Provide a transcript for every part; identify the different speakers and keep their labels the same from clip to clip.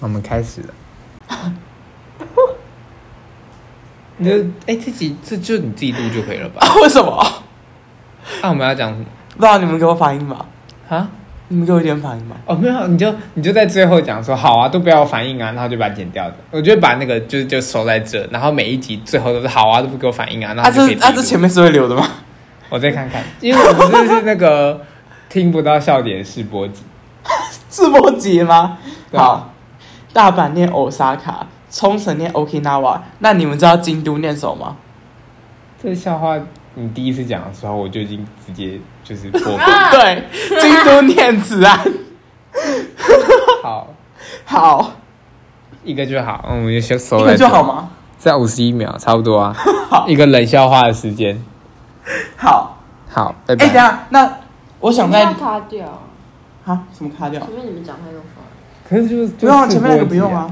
Speaker 1: 我们开始了。 你就哎、这集这就你自己录就可以了 吧？
Speaker 2: 啊为什么？
Speaker 1: 那、我们要讲什么
Speaker 2: 不然你们给我反应吧，
Speaker 1: 啊？
Speaker 2: 你们给我一点反应吧。
Speaker 1: 哦，没有，你就你就在最后讲说好啊，都不要反应啊，然后就把它剪掉的。我就把那个就就收在这，然后每一集最后都是好啊，都不给我反应啊，然
Speaker 2: 啊
Speaker 1: 后就
Speaker 2: 这
Speaker 1: 可以自己录、
Speaker 2: 啊这前面是会留的吗？
Speaker 1: 我再看看， 因为我们这是那个听不到笑点试播集，
Speaker 2: 自播集吗？
Speaker 1: 对啊
Speaker 2: 好，大阪念 Osaka，冲绳念 Okinawa，那你们知道京都念什么吗？
Speaker 1: 这笑话你第一次讲的时候，我就已经直接就是破。
Speaker 3: 啊
Speaker 2: 对，京都念慈安。
Speaker 1: 好，
Speaker 2: 好，
Speaker 1: 一个就好，嗯，我们就先收
Speaker 2: 一
Speaker 1: 在
Speaker 2: 个
Speaker 1: 这
Speaker 2: 就好？吗？
Speaker 1: 在五十一秒，差不多 啊
Speaker 2: 好，
Speaker 1: 一个冷笑话的时间。
Speaker 2: 好，
Speaker 1: 好，拜
Speaker 2: 哎、
Speaker 1: 拜。
Speaker 2: 等一下，那我想
Speaker 3: 不要
Speaker 2: 在
Speaker 3: 卡掉，
Speaker 2: 啊什么卡掉
Speaker 3: 前？面你们讲太多话了，
Speaker 1: 可是就是
Speaker 2: 不用啊，前面那个不用啊。。
Speaker 3: 哦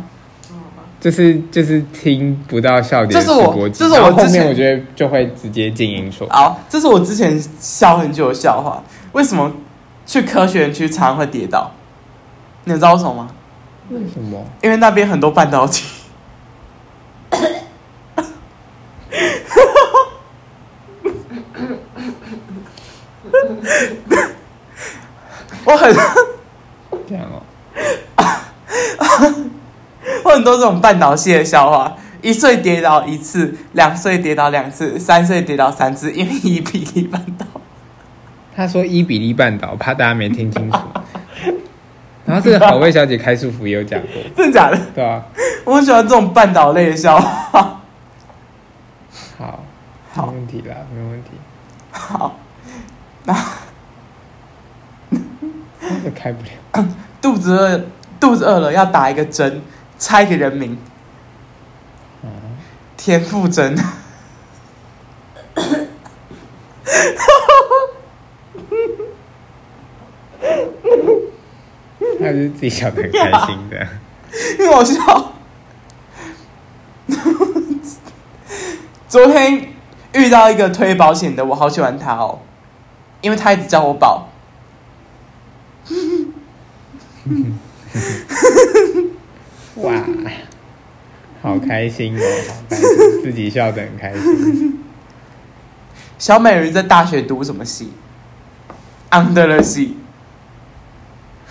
Speaker 3: 好吧。
Speaker 1: 就是就是听不到笑点
Speaker 2: 这
Speaker 1: 的试
Speaker 2: 是我
Speaker 1: 播集，
Speaker 2: 这是我
Speaker 1: 然后后
Speaker 2: 之前
Speaker 1: 面我觉得就会直接静音 说，
Speaker 2: 好，这是我之前笑很久的笑话。为什么去科学园区常常会跌倒？你知道为什么吗？
Speaker 1: 为什么？
Speaker 2: 因为那边很多半导体。我很
Speaker 1: 这样哦，
Speaker 2: 我很多这种半导系的笑话，一岁跌倒一次，两岁跌倒两次，三岁跌倒三次，因为一比一半倒。
Speaker 1: 他说伊比利半岛，怕大家没听清楚。 然后这个好味小姐开束缚也有讲过，
Speaker 2: 真的假的？
Speaker 1: 对啊，
Speaker 2: 我很喜欢这种半岛类的笑话。
Speaker 1: 好，没
Speaker 2: 好
Speaker 1: 问题啦，没问题。
Speaker 2: 好， 那
Speaker 1: 那个开不了，
Speaker 2: 肚子饿，肚子饿了要打一个针，猜一个人名，田馥甄。
Speaker 1: 他就是自己笑得很开心的。
Speaker 2: 因为我知道， 昨天遇到一个推保险的，我好喜欢他哦，因为他一直叫我宝。
Speaker 1: 哇，好开心哦，好开心，自己笑得很开心。
Speaker 2: 小美人鱼在大学读什么系？Under the sea。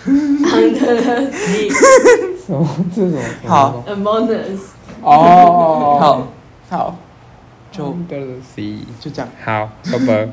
Speaker 1: 什么？这种什么
Speaker 2: 好
Speaker 3: Among Us，
Speaker 1: 哦，
Speaker 2: 好，好，就
Speaker 1: 就
Speaker 2: 就这样。
Speaker 1: 好，拜拜。